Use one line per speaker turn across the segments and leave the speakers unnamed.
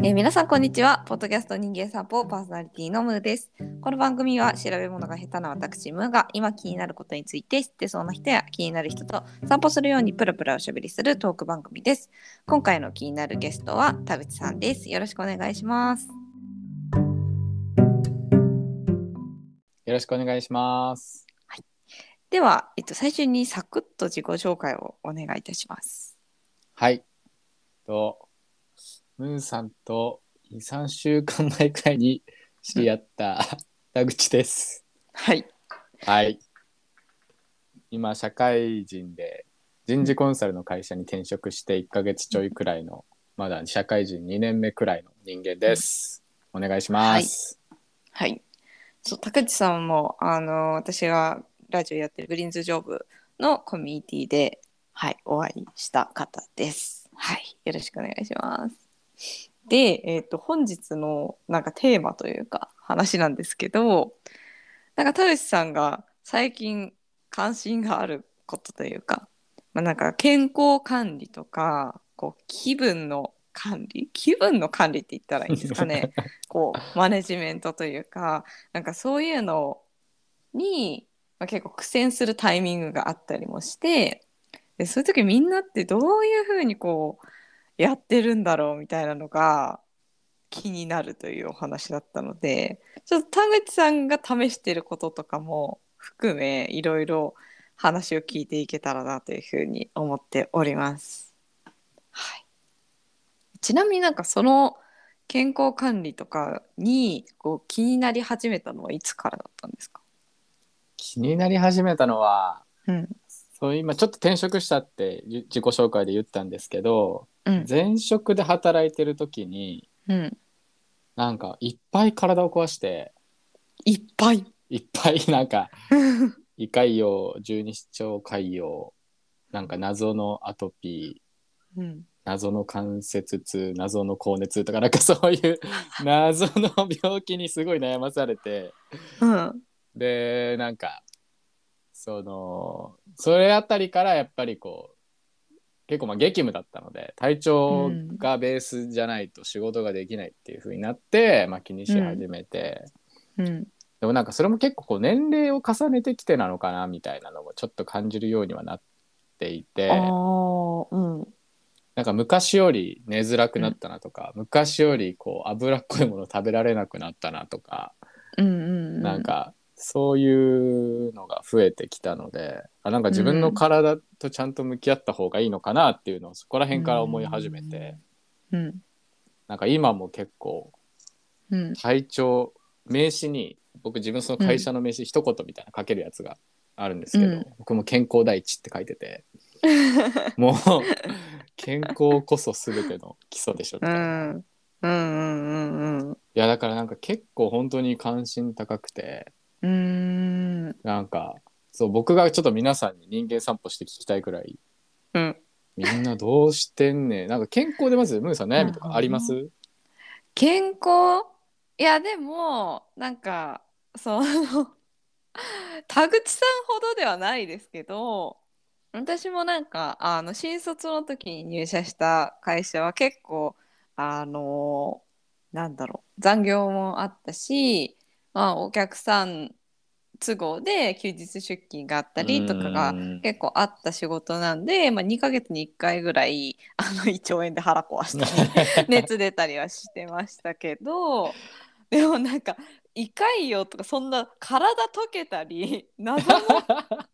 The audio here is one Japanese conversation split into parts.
えー皆さんこんにちは。ポッドキャスト人間散歩パーソナリティのムーです。この番組は調べ物が下手な私ムーが今気になることについて知ってそうな人や気になる人と散歩するようにプラプラおしゃべりするトーク番組です。今回の気になるゲストは田口さんです。よろしくお願いします。
よろしくお願いします。
では、えっと、最初にサクッと自己紹介をお願いいたします。
はい。と、ムーさんと2、3週間前くらいに知り合った 田口です。
はい。
はい。今、社会人で人事コンサルの会社に転職して1ヶ月ちょいくらいの、まだ社会人2年目くらいの人間です。お願いします。
はい。そう、高知さんも、あの、私がラジオやってるグリーンズジョブのコミュニティで、はい、お会いした方です。はい。よろしくお願いします。で、えっ、と、本日のなんかテーマというか話なんですけど、なんか田口さんが最近関心があることというか、まあ、なんか健康管理とか、こう、気分の管理気分の管理って言ったらいいんですかね。 こうマネジメントというかなんかそういうのに、まあ、結構苦戦するタイミングがあったりもしてでそういう時みんなってどういうふうにこうやってるんだろうみたいなのが気になるというお話だったのでちょっと田口さんが試してることとかも含めいろいろ話を聞いていけたらなというふうに思っております。はい、ちなみになんかその健康管理とかにこう気になり始めたのはいつからだったんですか、
気になり始めたのは、
うん
そう今ちょっと転職したって自己紹介で言ったんですけど、
うん
前職で働いてる時に、
うん、
なんかいっぱい体を壊して
いっぱい。
いっぱい なん か胃潰瘍十二指腸潰瘍なんか謎のアトピー
うん、
謎の関節痛謎の高熱とかなんかそういう 謎の病気にすごい悩まされて
うん、
でなんかそのそれあたりからやっぱりこう結構まあ激務だったので体調がベースじゃないと仕事ができないっていう風になって、まあ、気にし始めて。
うん、
でもなんかそれも結構こう年齢を重ねてきてなのかなみたいなのもちょっと感じるようにはなっていて
ああ、うん、
なんか昔より寝づらくなったなとか、昔よりこう脂っこいもの食べられなくなったなとか、
うん、うん、
なん、かそういうのが増えてきたのであなんか自分の体とちゃんと向き合った方がいいのかなっていうのをそこら辺から思い始めて、
うん、
なんか今も結構
うん、
体調名刺に僕自分その会社の名刺一言みたいな書けるやつがあるんですけど、
うん
僕も健康第一って書いて てもう健康こそ全ての基礎でしょみ
う
たいな、い
ん、うん、うん、
やだからなんか結構本当に関心高くて
うん、
なんかそう僕がちょっと皆さんに人間散歩して聞きたいくらい
うん。
みんなどうしてんねん なんか健康でまずムーさん悩みとかあります
健康いやでもなんかその 田口さんほどではないですけど私もなんかあの新卒の時に入社した会社は結構あのなんだろう残業もあったし、まあ、お客さん都合で休日出勤があったりとかが
うん
結構あった仕事なんで、まあ、2ヶ月に1回ぐらいあの 胃腸炎で腹壊したり 熱出たりはしてましたけどでもなんか胃潰瘍とかそんな体溶けたり 謎の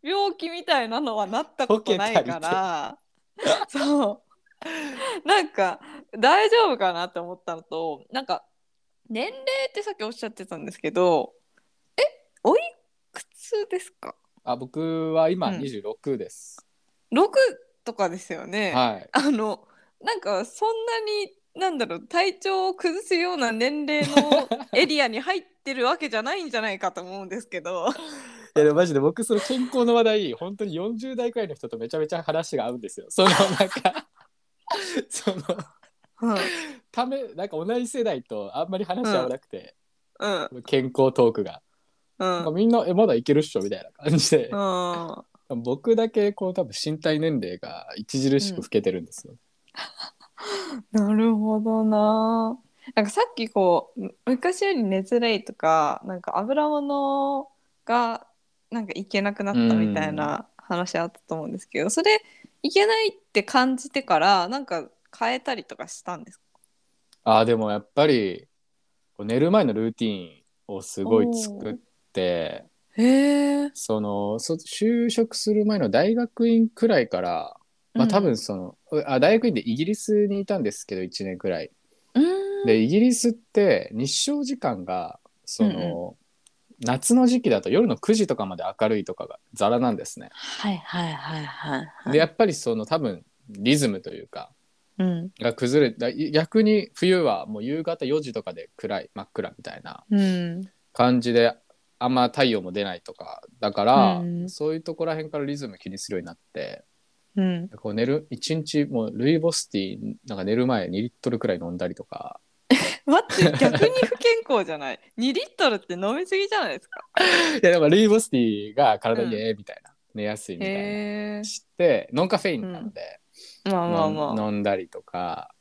病気みたいなのはなったことないからそうなんか大丈夫かなって思ったのとなんか年齢ってさっきおっしゃってたんですけどえおいくつですか
あ僕は今
うん
26です、
6とかですよね。
はい
あのなんかそんなになんだろう体調を崩すような年齢 のエリアに入ってるわけじゃないんじゃないかと思うんですけど
いやでもマジで僕その健康の話題本当に40代くらいの人とめちゃめちゃ話が合うんですよ。そのなんか その
うん
ためなんか同じ世代とあんまり話し合わなくて、
うん
健康トークが、
う
なんか
ん
みんな「えまだいけるっしょ」みたいな感じで、
うん
僕だけこう多分身体年齢が著しく老けてるんですよ。
なるほどななんかさっきこうむ昔より熱冷とかなんか油物がなんかいけなくなったみたいな話あったと思うんですけど、それいけないって感じてからなんか変えたりとかしたんですか
あーでもやっぱりこう寝る前のルーティンをすごい作って
へえ、
そのそ就職する前の大学院くらいから、まあ、多分その、あ大学院でイギリスにいたんですけど1年くらい。
うん
でイギリスって日照時間がその、夏の時期だと夜の9時とかまで明るいとかがザラなんですね。
はいはいはいはいはい
でやっぱりその多分リズムというか
うん
が崩れた逆に冬はもう夕方4時とかで暗い真っ暗みたいな
うん
感じであんま太陽も出ないとかだから、
うん
そういうとこら辺からリズム気にするようになって
うん
こう寝る一日もうルイボスティーなんか寝る前2リットルくらい飲んだりとか
待って逆に不健康じゃない2リットルって飲みすぎじゃないですか
いやでもルイボスティーが体にええみたいな、寝やすいみたい
へえ
なしてノンカフェインなので、
まあまあまあ、
飲ん飲んだりとか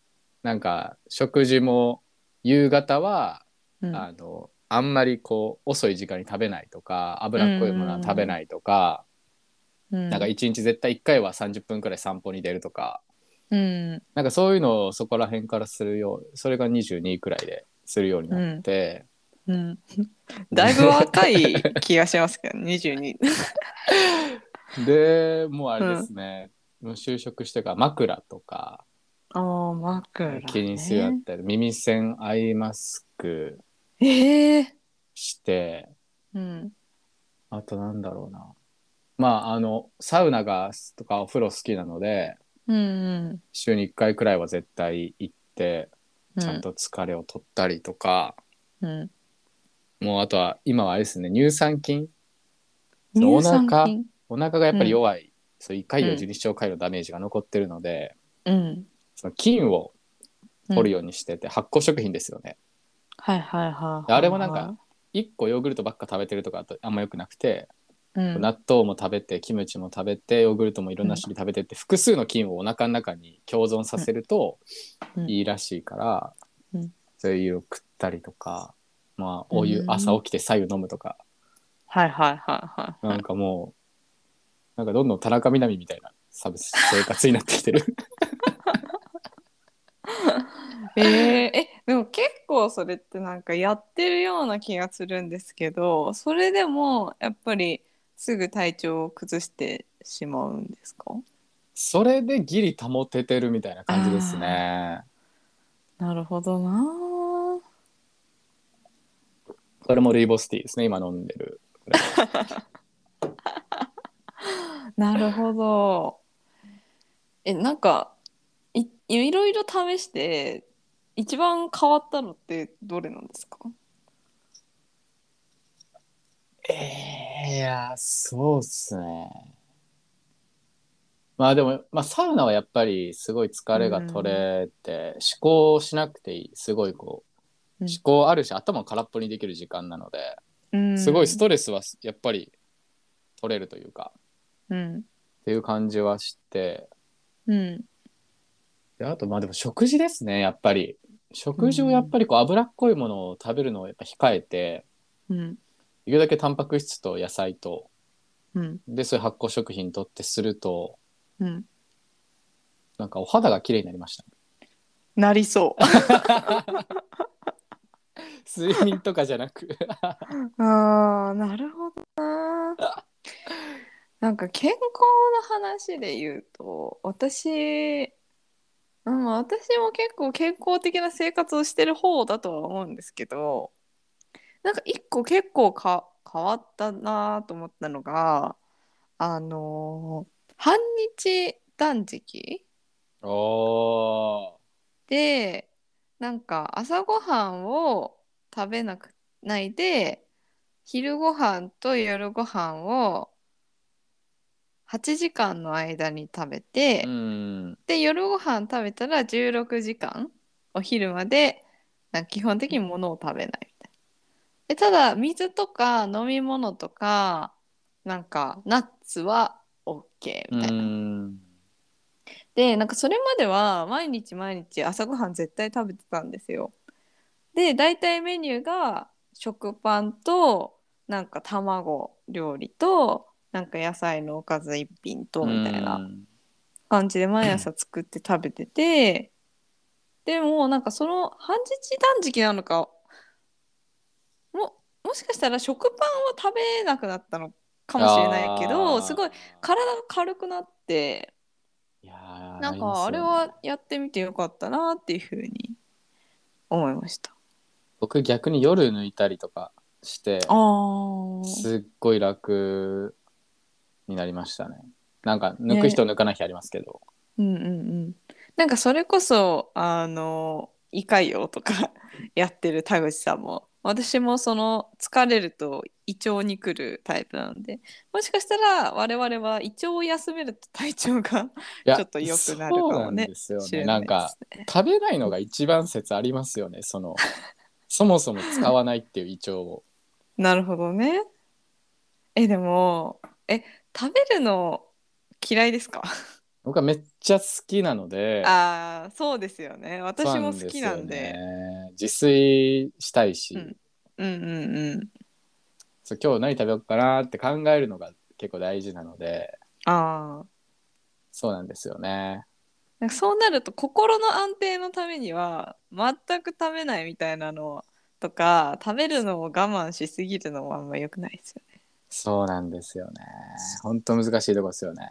なんか食事も夕方は
うん
あのあんまりこう遅い時間に食べないとか脂っこいものは食べないとか、
うん
なんか一日絶対1回は30分くらい散歩に出るとか
うん
なんかそういうのをそこら辺からするようそれが22くらいでするようになって、
うん、だいぶ若い気がしますけど22
でもうあれですね、もう就職してから枕とか
ああ枕、ね、
気にするようになったり、耳栓アイマスク
ええ
して
うん
あとなんだろうなまああのサウナがとかお風呂好きなので
うんうん
週に1回くらいは絶対行って
うん
ちゃんと疲れを取ったりとか、
うん
もうあとは今はあれですね乳酸菌
乳酸
お腹
菌
お腹がやっぱり弱い、そう胃潰瘍自律症潰瘍のダメージが残ってるので、
うん
その菌を
うん
取るようにしてて、発酵食品ですよね
はいはいはいはい、
あれもなんか1個ヨーグルトばっか食べてるとかだとあんま良くなくて、
うん、
納豆も食べてキムチも食べてヨーグルトもいろんな種類食べてって、複数の菌をお腹の中に共存させると
うん
いいらしいから、
うん
そういうのを食ったりとか、まあ、お湯
うん
朝起きて白湯飲むとか
はいはいはいは
ないんかもう、なんかどんどん田中みな実みたいなサブ生活になってきてる。
えーえでも結構それってなんかやってるような気がするんですけどそれでもやっぱりすぐ体調を崩してしまうんですか
それでギリ保ててるみたいな感じですね。
なるほどなー
これもルイボスティーですね、今飲んでる。
なるほど。え、なんかい、いろいろ試して、一番変わったのってどれなんですか
えー、いやー、そうっすね。まあでも、まあ、サウナはやっぱりすごい疲れが取れて、思考しなくていい、すごいこ
う
う、
ん
思考あるし、頭も空っぽにできる時間なので、すごいストレスはやっぱり取れるというか、
うん。
っていう感じはして、
うん。
であとまあでも食事ですねやっぱり食事をやっぱりこう脂っこいものを食べるのをやっぱ控えて
うん。
できるだけタンパク質と野菜と
うん。
でそういう発酵食品とってすると
うん。
なんかお肌が綺麗になりました
なりそう。
睡眠とかじゃなく
ああ、なるほどな。 なんか健康の話で言うと、私、うん、私も結構健康的な生活をしてる方だとは思うんですけど、なんか一個結構か変わったなと思ったのが、あのー半日断食
お
でなんか朝ごはんを食べなくないで昼ごはんと夜ごはんを8時間の間に食べて、
うん
で夜ご飯食べたら16時間お昼までなんか基本的に物を食べないみたいなでただ水とか飲み物とかなんかナッツは OK
う
みたいな。
ん
でなんかそれまでは毎日毎日朝ごはん絶対食べてたんですよ。で大体メニューが食パンとなんか卵料理となんか野菜のおかず一品とみたいな
うん
感じで毎朝作って食べてて、でもなんかその半日断食なのかももしかしたら食パンを食べなくなったのかもしれないけ
あ
ど
ー
すごい体が軽くなって
いやー
なんかあれ
りますよね
はやってみてよかったなっていうふうに思いました。
僕逆に夜抜いたりとかして
あー
すっごい楽になりましたねなんか抜く人抜かない日ありますけど、
うんうんうん。なんかそれこそあの胃潰瘍とかやってる田口さんも私もその疲れると胃腸に来るタイプなのでもしかしたら我々は胃腸を休めると体調が
いや
ちょっと良くなるか
そう
も
なん
ね
ですよ
知れ
ねな
ない
ん
で
か
すね。
食べないのが一番説ありますよね そのそもそも使わないっていう胃腸を
なるほどね。えでもえ食べるの嫌いですか
僕はめっちゃ好きなの で
ああそうですよね私も好きなんで
そうなんですよね自炊したいし、
うんうんうんうん
そう今日何食べようかなって考えるのが結構大事なので
ああ
そうなんですよね
なんかそうなると心の安定のためには全く食べないみたいなのとか食べるのを我慢しすぎるのもあんま良くないですよね
そうなんですよねほんと難しいとこです よね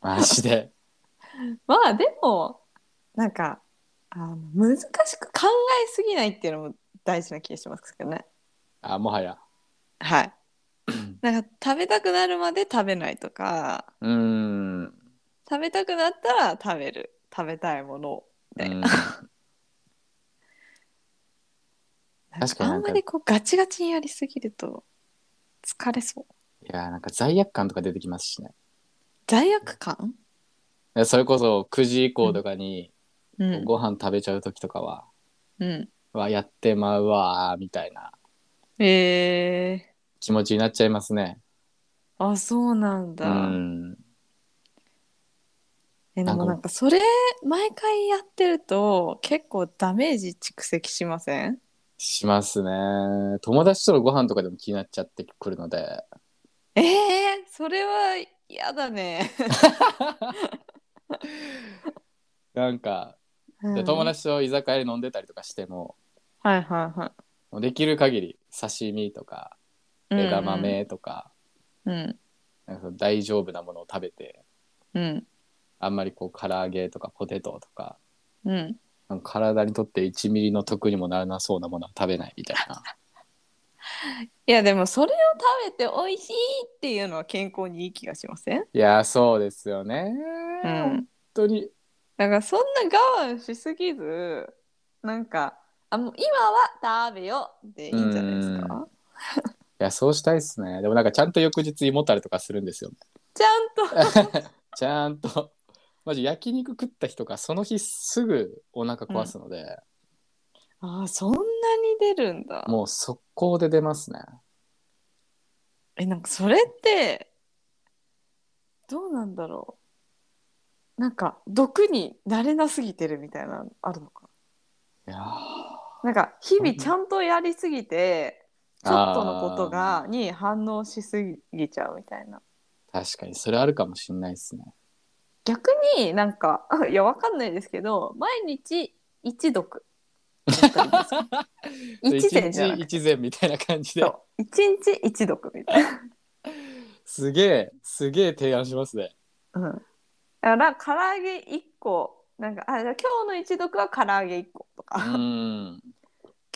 マジで
まあでもなんかあの難しく考えすぎないっていうのも大事な気がしますけどね
あもはや
はい なんか食べたくなるまで食べないとか
うーんう
食べたくなったら食べる食べたいものをみたいな
ーん
なん
確かに
あ
なん
ん
か
まりこうガチガチにやりすぎると疲れそう
いやなんか罪悪感とか出てきますしね
罪悪感、
でそれこそ9時以降とかに
うん
ご飯食べちゃう時とかは、
うん、
わやってまうわーみたいな
えー、
気持ちになっちゃいますね
あそうなん
う
だ、
ん
えで
なんか
もなんかそれ毎回やってると結構ダメージ蓄積しません
しますね友達とのご飯とかでも気になっちゃってくるので
えー、それは嫌だね、
なん
うん
か、友達と居酒屋で飲んでたりとかしても
はいはいは
もうできる限り刺身とか
い
枝豆とか,、
うん
なんかその大丈夫なものを食べて
うん
あんまりこう唐揚げとかポテトとか
うん、うん、
なんか体にとって1ミリの得にもならなそうなものは食べないみたい な
いやでもそれを食べて美味しいっていうのは健康にいい気がしません
いやそうですよね、
うん
本当に
だからそんな我慢しすぎずなんかあもう今は食べようでいいんじゃないです
うん
か
いや、そうしたいっすね。でもなんかちゃんと翌日胃もたれとかするんですよね。
ちゃんと
ちゃんと。 マジ焼肉食った日とか、その日すぐお腹壊すので、
あーそんなに出るんだ
もう速攻で出ますね。
えなんかそれってどうなんだろうなんか毒になれなすぎてるみたいなのあるのか
いやー
なんか日々ちゃんとやりすぎてちょっとのこと
あ
がに反応しすぎちゃうみたいな
確かに、それあるかもしんないっすね。
逆になんか いやわかんないですけど毎日一 毒一膳じゃなくて
一日一膳みたいな感じで
そ。う一日一毒みたいな、
すげえ、すげえ提案しますね。
うん、だから唐揚げ一個なんかあじゃあ今日の一毒は唐揚げ一個と
う
か、
ーん。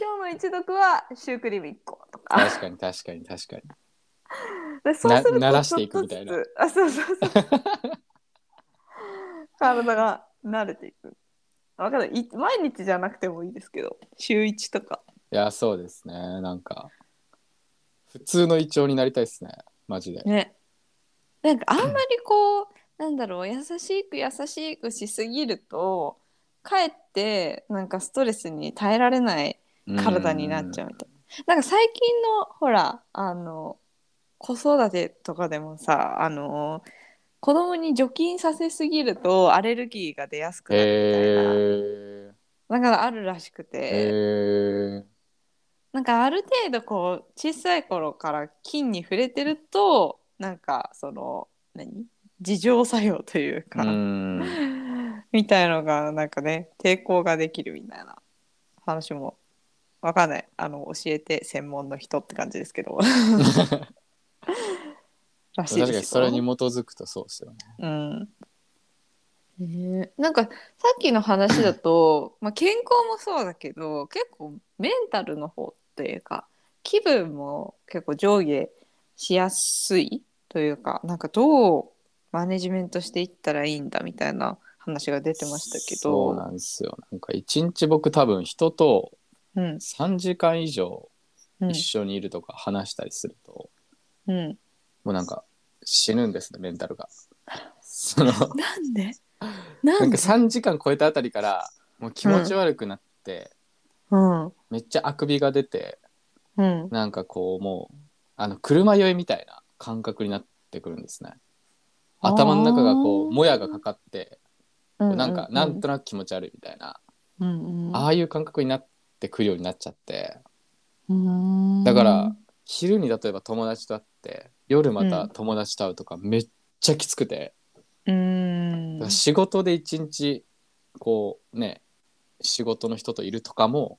今日の一毒はシュークリーム一個とか
確かに確かに確かに。
でそうすると
な
ちょ
ら
っ
していく
とず
みたいな
つあそうそうそう 体が慣れていくわかんないい毎日じゃなくてもいいですけど週一とか
いや、そうですね。なんか、普通の胃腸になりたいっすね。マジで。
ねなんかあんまりこうなんだろう優しく優しくしすぎるとかえってなんかストレスに耐えられない体になっちゃうみたいななんか最近のほらあの子育てとかでもさあの子供に除菌させすぎるとアレルギーが出やすくなるみたいな
へえ
なんかあるらしく
へ
て、
え
なんかある程度こう小さい頃から菌に触れてるとなんかその何自浄作用という
う
か、
ん
みたいのがなんかね抵抗ができるみたいな話もわかんないあの教えて専門の人って感じですけ どらしい
確
で
か
すよ
にそれに基づくとそうですよね。
うんねえなんかさっきの話だ とまあ健康もそうだけど結構メンタルの方っていうか気分も結構上下しやすいというかなんかどうマネジメントしていったらいいんだみたいな話が出てましたけど
そうなんですよ。なんか一日僕多分人と
うん
3時間以上
うん
一緒にいるとか話したりすると、
うん、
もうなんか死ぬんですねメンタ ルが。その
なんでな
なん
ん
か
で
3時間超えたあたりからもう気持ち悪くなって、
うん
めっちゃあくびが出て
うん
なんかこうもうあの車酔いみたいな感覚になってくるんですね。頭の中がこ
あー
うもやがかかって
う
なんかなんとなく気持ち悪いみたいな、
うんうん
ああいう感覚になってくるようになっちゃって
うん
だから昼に例えば友達と会って夜また友達と会うとかめっちゃきつくて、
うん
だから仕事で一日こうね仕事の人といるとかも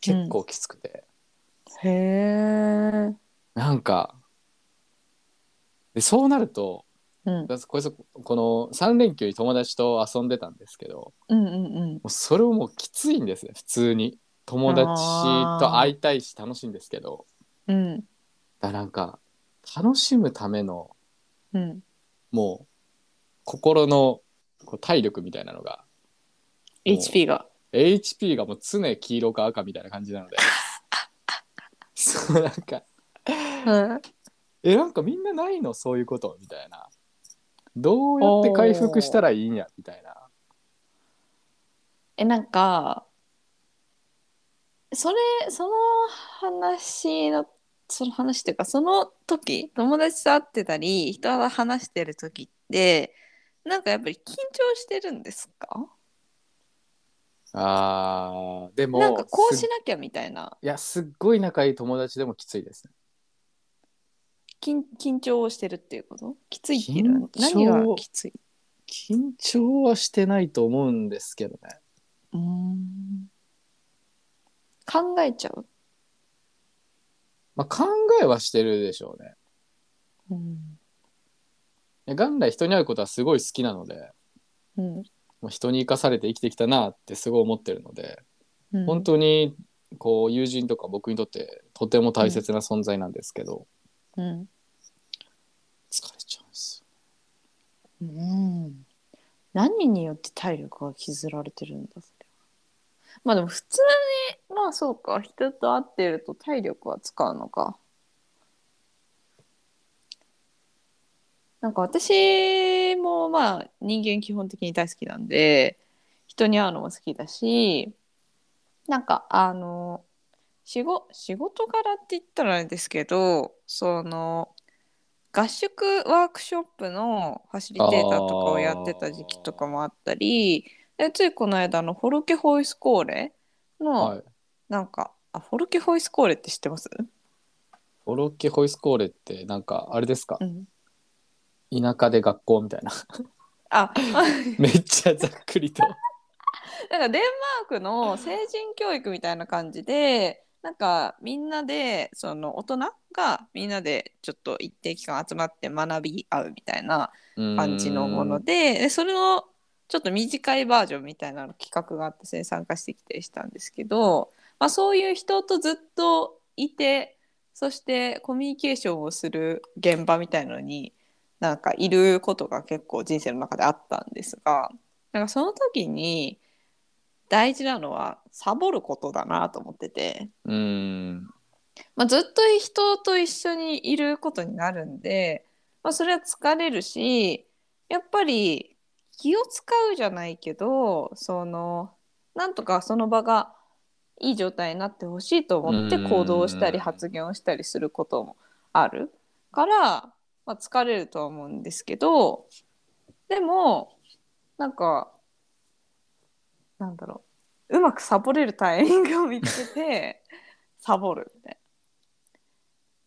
結構きつくて、
へえ
なんかでそうなると
うん
だからこれそこの3連休に友達と遊んでたんですけども
うんうんうん
うそれをもうきついんですね普通に友達と会いたいし楽しいんですけど
うん
だからなんか楽しむための
うん
もう心のこう体力みたいなのが
HP が
HP がもう常黄色か赤みたいな感じなのでそうなんか
うん
「えなんかみんなないのそういうこと」みたいなどうやって回復したらいいんやみたいな
えなんかそれその話のその話っていうかその時友達と会ってたり人と話してる時ってなんかやっぱり緊張してるんですか
あーでも
なんかこう
す
しなきゃみたいない
やすっごい仲いい友達でもきついですね
緊緊張をしてるっていうこときついっていうのは
緊張
何がきつい
緊張はしてないと思うんですけどね
うん考えちゃう、
まあ考えはしてるでしょうね
うん
いや元来人に会うことはすごい好きなので
うん
もう人に生かされて生きてきたなってすごい思ってるので
うん、
本当にこう友人とか僕にとってとても大切な存在なんですけど、
うん
疲れちゃうんですよ
うん、何によって体力が削られてるんだそれはまあでも普通にまあそうか人と会ってると体力は使うのかなんか私もまあ人間基本的に大好きなんで人に会うのも好きだしなんかあの仕事仕事柄って言ったらあれですけどその合宿ワークショップのファシリテーターとかをやってた時期とかもあったりでついこの間のフォルケホイスコーレ
はい
のなんか、あフォルケホイスコーレって知ってます、
オロッケホイスコーレってなんかあれですか
うん、
田舎で学校み たいな
あ
めっちゃざっ くりと
なんかデンマークの成人教育みたいな感じでなんかみんなでその大人がみんなでちょっと一定期間集まって学び合うみたいな感じのものででそれのちょっと短いバージョンみたいなの企画があってそれに参加してきたりしたんですけど、まあ、そういう人とずっといてそしてコミュニケーションをする現場みたいのになんかいることが結構人生の中であったんですがなんかその時に大事なのはサボることだなと思ってて。
うーん
まあ、ずっと人と一緒にいることになるんで、まあ、それは疲れるしやっぱり気を使うじゃないけどそのなんとかその場がいい状態になってほしいと思って
うん
行動したり発言をしたりすることもあるから、まあ、疲れるとは思うんですけどでもなんかなんだろううまくサボれるタイミングを見つけてサボるみたい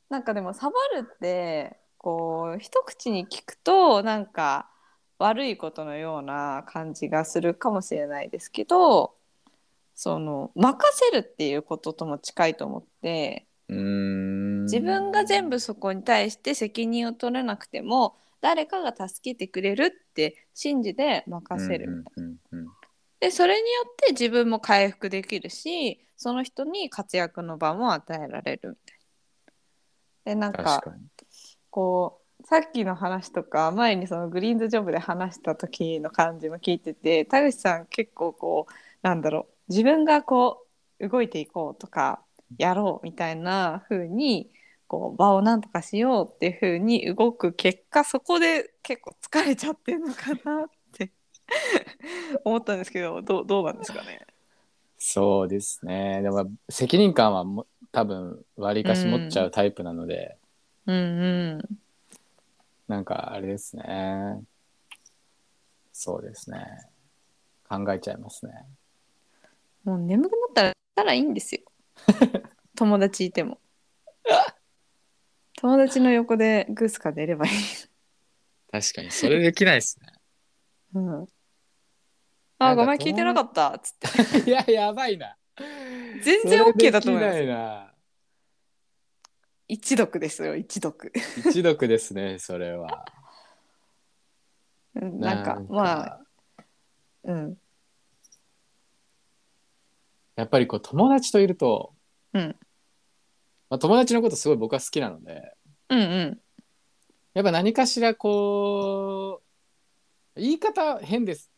な。なんかでもサボるってこう一口に聞くとなんか悪いことのような感じがするかもしれないですけどその任せるっていうこととも近いと思って
うーん
自分が全部そこに対して責任を取れなくても誰かが助けてくれるって信じて任せるみたいな。
うんうんうんうん
でそれによって自分も回復できるしその人に活躍の場も与えられるみたいな。でなんか
確かに
こうさっきの話とか前にそのグリーンズジョブで話した時の感じも聞いてて田口さん結構こうなんだろう自分がこう動いていこうとかやろうみたいな風にこう場をなんとかしようっていう風に動く結果そこで結構疲れちゃってるのかなって思ったんですけどどうどうなんですかね
そうですねでも責任感はも多分割りかし持っちゃうタイプなので、
うんうん
なんかあれですねそうですね考えちゃいますね
もう眠くなったら寝たらいいん ですよ友達いても友達の横でグースか出ればいい、
確かにそれできないですね
うん、
な
あ
んか
ごめん聞いてなかったっつって
いややばいな
全然 OK だと思いま
そ
す
れできないな
一読ですよ一読
一読ですねそれは
うんなんかまあうん
やっぱりこう友達といると、
うん
まあ、友達のことすごい僕は好きなので
うんうん
やっぱ何かしらこう言い方は変です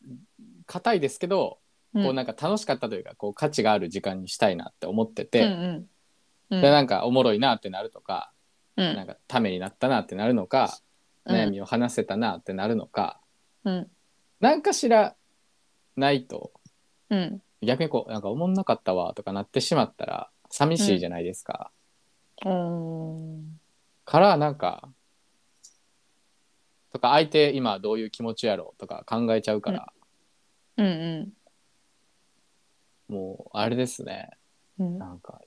硬いですけど、
うん
こうなんか楽しかったというかこう価値がある時間にしたいなって思って
うん
て、
うんうん
でなんかおもろいなってなるとか、
う
なん
ん
かためになったなってなるのか、
うん
悩みを話せたなってなるのか
うん
何かしらないと
うん
逆にこうなんかおもんなかったわとかなってしまったら寂しいじゃないですか。
うん
からなんかとか相手今どういう気持ちやろうとか考えちゃうから、
うんうん
もうあれですね
うん
なんか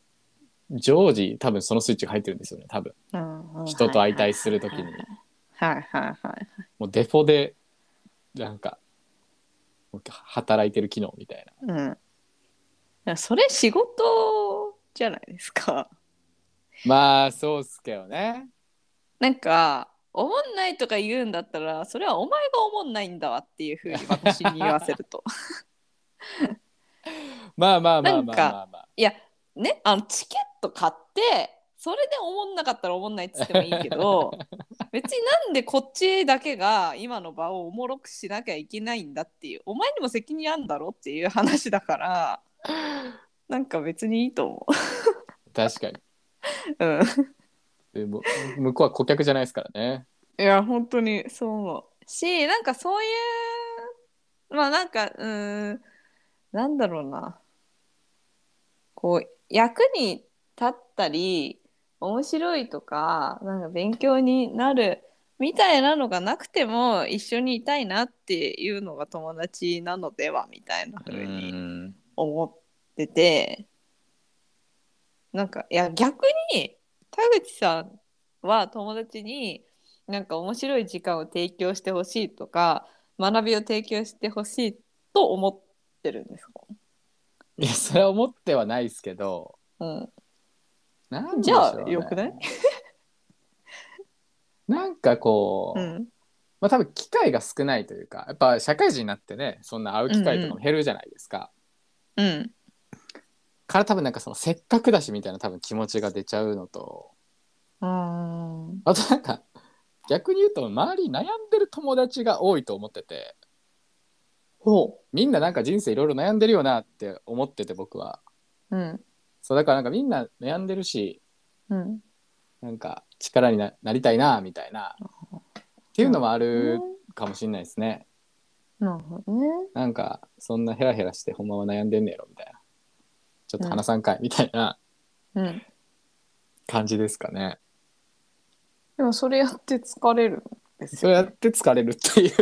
常時多分そのスイッチが入ってるんですよね多分
うん
人と相対する時に
はいはいはい
もうデフォでなんかもう働いてる機能みたいな
うんいや。それ仕事じゃないですか。
まあそうっすけどね
なんか、おもんないとか言うんだったら、それはお前がおもんないんだわっていうふうに私に言わせると。
まあまあまあ
な
ま
ん
あ
か
まあまあ
いや、ね、あのチケット買って、それでおもんなかったらおもんないっつってもいいけど別になんでこっちだけが今の場をおもろくしなきゃいけないんだっていうお前にも責任あんだろっていう話だからなんか別にいいと思
確かに
う。うん
でも向こうは顧客じゃないですからね
いや本当にそう思うしなんかそういうまあなんかうーんなんだろうなこう役に立ったり面白いとかなんか勉強になるみたいなのがなくても一緒にいたいなっていうのが友達なのではみたいな
う
風に
ん
思っててなんかいや逆に田口さんは友達になんか面白い時間を提供してほしいとか学びを提供してほしいと思ってるんですか、
いやそれは思ってはないですけど
うん、
なんで
じ
しょう
ゃあ
ね
よくない
なんかこう、
うん
まあ多分機会が少ないというかやっぱ社会人になってねそんな会う機会とかも減るじゃないですか、
うん
から多分なんかそのせっかくだしみたいな多分気持ちが出ちゃうのと
あー
あとなんか逆に言うと周りに悩んでる友達が多いと思ってて
ほ
みんななんか人生いろいろ悩んでるよなって思ってて僕は
ううん
そうだからなんかみんな悩んでるし
うん
なんか力にななりたいなみたいなっていうのもあるかもしれないですね、
なるほどね
なんかそんなヘラヘラしてほんまは悩んでんねやろみたいなちょっと話さんかいみたいな
うん
感じですかね、
でもそれやって疲れるんです
そうや
よ、
っ
ね、
て疲れるっていう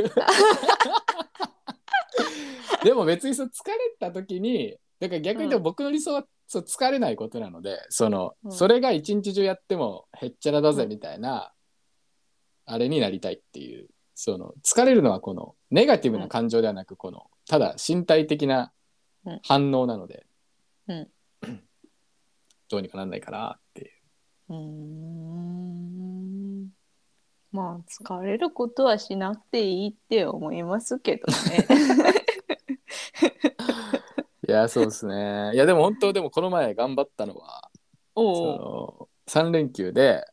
でも別にそう疲れた時にだから逆にでも僕の理想はそう疲れないことなのでその、
うん
それが一日中やってもへっちゃらだぜみたいな、あれになりたいっていうその疲れるのはこのネガティブな感情ではなくこの、ただ身体的な
うん
反応なので、
うん
どうにかなんないかなっていう
うーんまあ疲れることはしなくていいって思いますけど ね。
いやそうですねいやでも本当でもこの前頑張ったのは
おう
その3連休で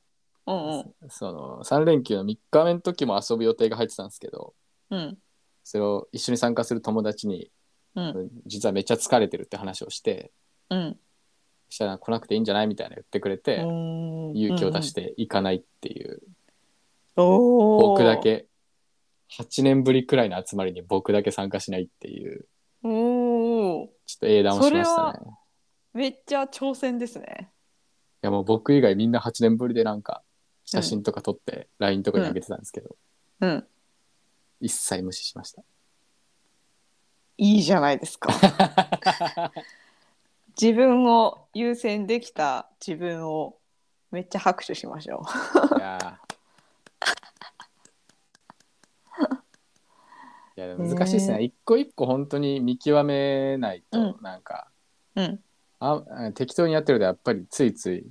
おう
その3連休の3日目の時も遊ぶ予定が入ってたんですけど
うん
それを一緒に参加する友達に
うん
実はめっちゃ疲れてるって話をして
うん
そしたら来なくていいんじゃないみたいな言ってくれて
うん
勇気を出して行かないっていう
お
僕
ー
だけ8年ぶりくらいの集まりに僕だけ参加しないっていう
おー
ちょっと英断をしまし
それ
た
は
ね
めっちゃ挑戦ですね。
いやもう僕以外みんな8年ぶりでなんか写真とか撮って LINE とかに上げてたんですけど、
うん
一切無視しました。
いいじゃないです か。自分を優先できた自分をめっちゃ拍手しましょう。
いやーいやでも難しいですね。
ね
一個一個本当に見極めないと、
う
なんか、
うん
あ適当にやってるとやっぱりついつい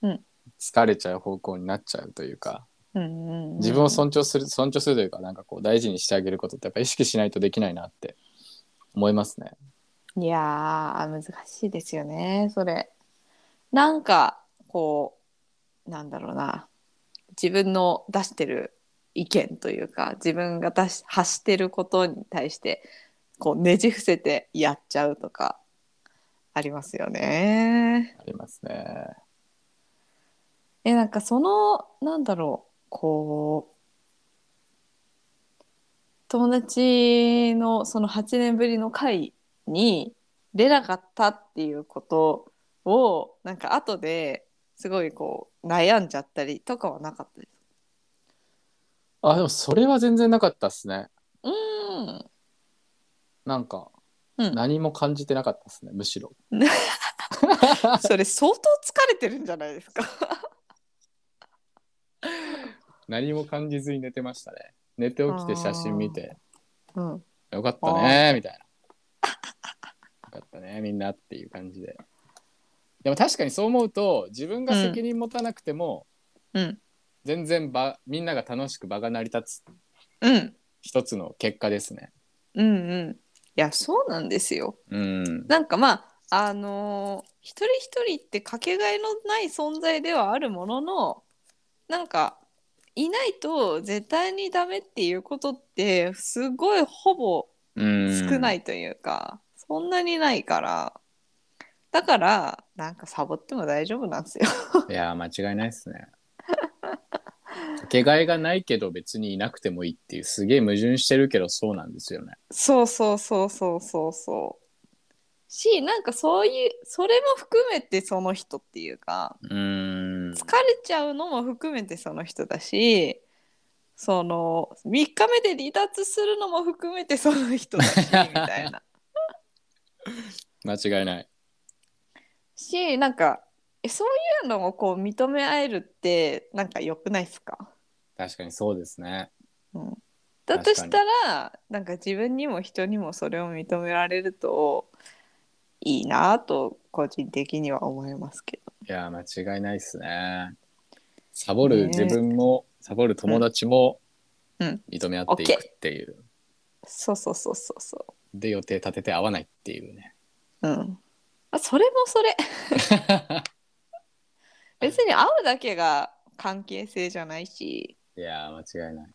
うん
疲れちゃう方向になっちゃうというか、
うんうんうん
自分を尊重する尊重するというかなんかこう大事にしてあげることってやっぱ意識しないとできないなって思いますね。
いやー難しいですよねそれ。なんかこうなんだろうな自分の出してる意見というか自分が出し発してることに対してこうねじ伏せてやっちゃうとかありますよね。
ありますね。
えなんかそのなんだろうこう友達のその8年ぶりの会に出なかったっていうことをなんか後ですごいこう悩んじゃったりとかはなかったです。
あでもそれは全然なかったですね。
うーん
なんか
うん
何も感じてなかったですねむしろ。
それ相当疲れてるんじゃないですか。
何も感じずに寝てましたね寝て起きて写真見て
うん、
よかったねみたいなよかったねみんなっていう感じででも確かにそう思うと自分が責任持たなくても、
うん、
全然ばみんなが楽しく場が成り立つ
うん、
一つの結果ですね
うん、うん。いや、そうなんですよ。
うん
なんかまああのー一人一人ってかけがえのない存在ではあるもののなんかいないと絶対にダメっていうことってすごいほぼ
うん
少ないいというか、そんなにないからだからなんかサボっても大丈夫なんですよ。
いやー間違いないですねかけがえがないけど別にいなくてもいいっていうすげえ矛盾してるけどそうなんですよね
そうそうそうそうそうそう。しなんかそういうそれも含めてその人っていうか
うん
疲れちゃうのも含めてその人だしその3日目で離脱するのも含めてその人だしみたいな。
間違いない
しなんかえそういうのをこう認め合えるってなんか良くないですか、
確かにそうですね
うん、だとしたらなんか自分にも人にもそれを認められるといいなと個人的には思いますけど。
いやー間違いないですねサボる
ね
自分も、サボる友達も
うん
認め合っていくっていう、
そうそうそうそうそ
で予定立てて合わないっていうね
う。うん、あそれもそれ 別に会うだけが関係性じゃないし
いやー間違いない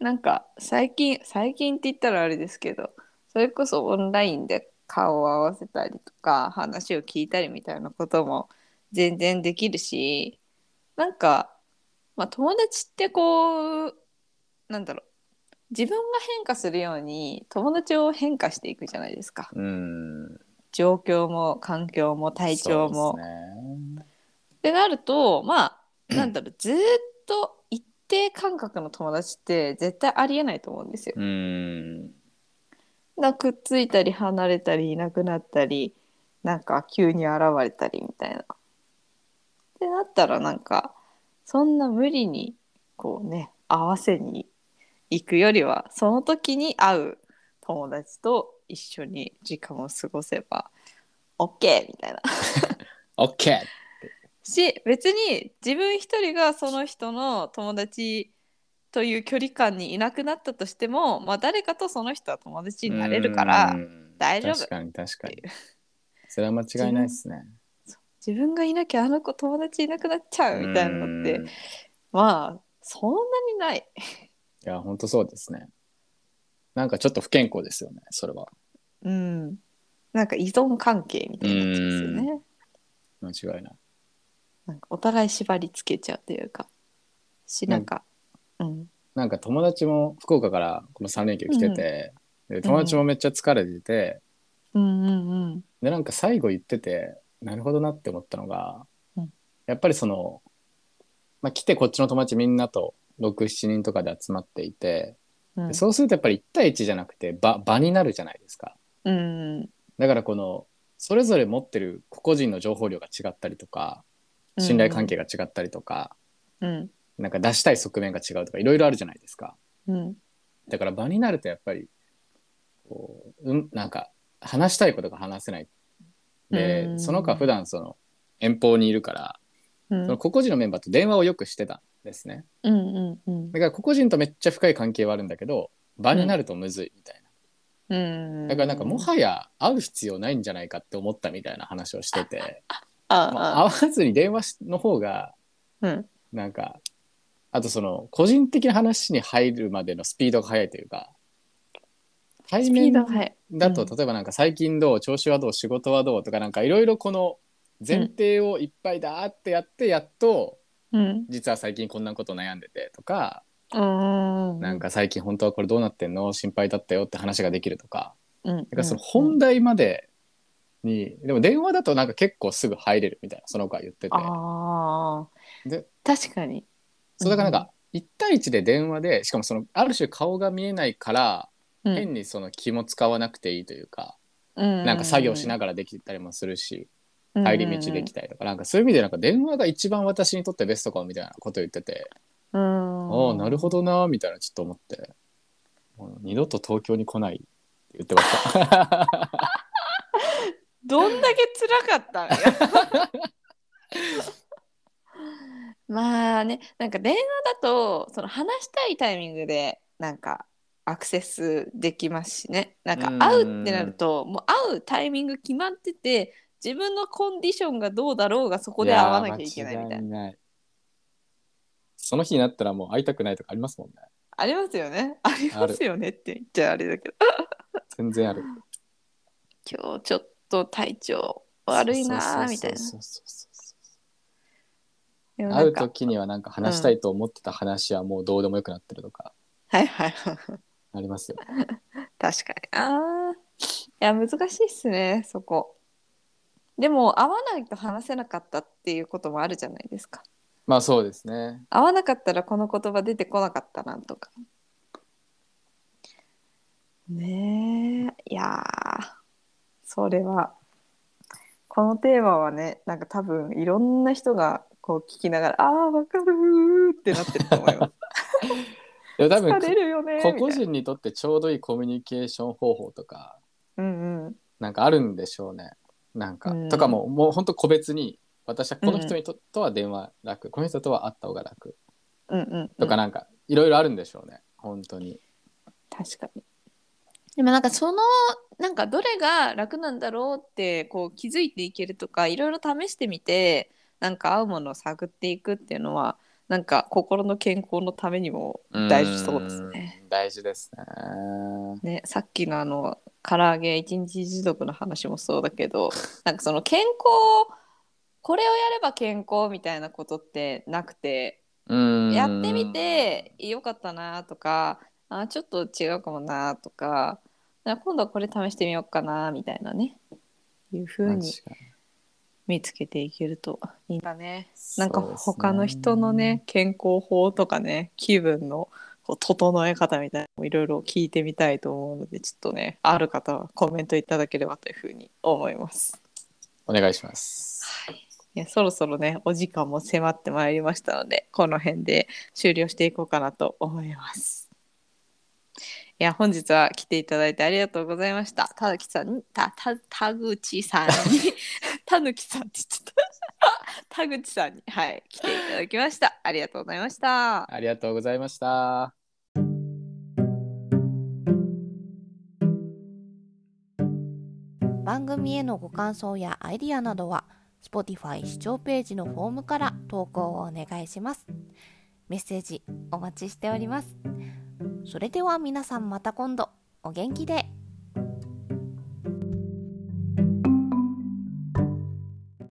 なんか最近最近って言ったらあれですけどそれこそオンラインで顔を合わせたりとか話を聞いたりみたいなことも全然できるしなんか、まあ、友達ってこうなんだろう自分が変化するように友達を変化していくじゃないですか
うん
状況も環境も体調も。
そうですね
ってなるとまあなんだろうずーっと一定間隔の友達って絶対ありえないと思うんですよ。
うん
なくっついたり離れたりいなくなったりなんか急に現れたりみたいな。ってなったらなんかそんな無理にこうね合わせに行くよりはその時に会う友達と一緒に時間を過ごせば OK みたいな。
OK!
し別に自分一人がその人の友達という距離感にいなくなったとしても、まあ、誰かとその人は友達になれるから
うん
大丈夫
確かに確かに
ってい
それは間違いないですね
自分がいなきゃあの子友達いなくなっちゃうみたいなのって
うんい
まあそんなにない
や本当そうですねなんかちょっと不健康ですよねそれは
うんなんか依存関係みたいになっちゃうんですよね
間違いない
なんかお互い縛りつけちゃうというかしなんかうん
なんか友達も福岡からこの3連休来てて、で友達もめっちゃ疲れてて、
うんうんうん
でなんか最後言っててなるほどなって思ったのが、
うん
やっぱりその、まあ、来てこっちの友達みんなと67人とかで集まっていて、
うん
そうするとやっぱり1対1じゃなくて場場になるじゃないですか
うん
だからこのそれぞれ持ってる個々人の情報量が違ったりとか信頼関係が違ったりとか、
うん
なんか出したい側面が違うとかいろいろあるじゃないですか。
うん
だから場になるとやっぱりこう、うん、なんか話したいことが話せないで、
うん
その他普段その遠方にいるから、
うん
その個々人のメンバーと電話をよくしてたんですね
うんうんうん
だから個々人とめっちゃ深い関係はあるんだけど場になるとむずいみたいな、
うん
だからなんかもはや会う必要ないんじゃないかって思ったみたいな話をしてて、
あ
ま
あ
あ会わずに電話しの方が
うん
なんかあとその個人的な話に入るまでのスピードが速いというか対
スピー
面
ドが速い
だと、
うん
例えばなんか最近どう調子はどう仕事はどうとかなんかいろいろこの前提をいっぱいだーってやってやっと、
うん
実は最近こんなこと悩んでてとか、
うん
なんか最近本当はこれどうなってんの心配だったよって話ができるとか
うん
だからそ
う
の
ん
本題までに、でも電話だとなんか結構すぐ入れるみたいなその子は言ってて
ああ
で
確かに
そうだからなんか1対1で電話でしかもそのある種顔が見えないから
うん
変にその気も使わなくていいというか、
な
なんか作業しながらできたりもするし。帰り道できたりとか、なんかそういう意味でなんか電話が一番私にとってベストかもみたいなこと言ってて、
た。うん
ああなるほどなみたいなちょっと思ってもう二度と東京に来ないって言ってました
どんだけ辛かったんや。 まあねなんか電話だとその話したいタイミングでなんかアクセスできますしねなんか会うってなるともう会うタイミング決まってて自分のコンディションがどうだろうがそこで会わなきゃいけないみたいな
やー間違その日になったらもう会いたくないとかありますもんね
ありますよねありますよねって言っちゃあれだけど
全然ある
今日ちょっと体調悪いなーみたいな
そうそうそうそう
でもな
会
ん
う
か
時にはなんか話したいと思ってた話はもうどうでもよくなってるとか
はいはいはい
ありますよ、
確かにあーいや難しいっすねそこでも会わないと話せなかったっていうこともあるじゃないですか
まあそうですね
会わなかったらこの言葉出てこなかったなとかねえいやーそれはこのテーマはねなんか多分いろんな人がこう聞きながら「あーわかるー」ってなってると思います
いや多分
疲れるよねーみた
個
いな
々人にとってちょうどいいコミュニケーション方法とか
うんうん
なんかあるんでしょうねなんか、
うん
とかももう本当個別に私はこの人にと,、とは電話楽この人とは会った方が楽
うんうんうん
とかなんかいろいろあるんでしょうね本当に
確かにでもなんかそのなんかどれが楽なんだろうってこう気づいていけるとかいろいろ試してみてなんか合うものを探っていくっていうのはなんか心の健康のためにも大事そうですね。
うん大事ですね
ねさっきのあの唐揚げ一日一読の話もそうだけど なんかその健康これをやれば健康みたいなことってなくて
うん
やってみてよかったなとかあちょっと違うかもなとかあ今度はこれ試してみようかなみたいなねいうふう
確か
に見つけていけるといいんだね
に
なんか
そうですね
他の人のね健康法とかね気分のこう整え方みたいなのもいろいろ聞いてみたいと思うのでちょっとねある方はコメントいただければというふうに思います。
お願いします。
いやそろそろねお時間も迫ってまいりましたのでこの辺で終了していこうかなと思います。いや本日は来ていただいてありがとうございました。たぬきさんにたた田口さんにたぬきさんって言っちゃった。田口さんにはい来ていただきました。ありがとうございました。
ありがとうございました。
番組へのご感想やアイディアなどは Spotify 視聴ページのフォームから投稿をお願いしますメッセージお待ちしておりますそれでは皆さんまた今度お元気で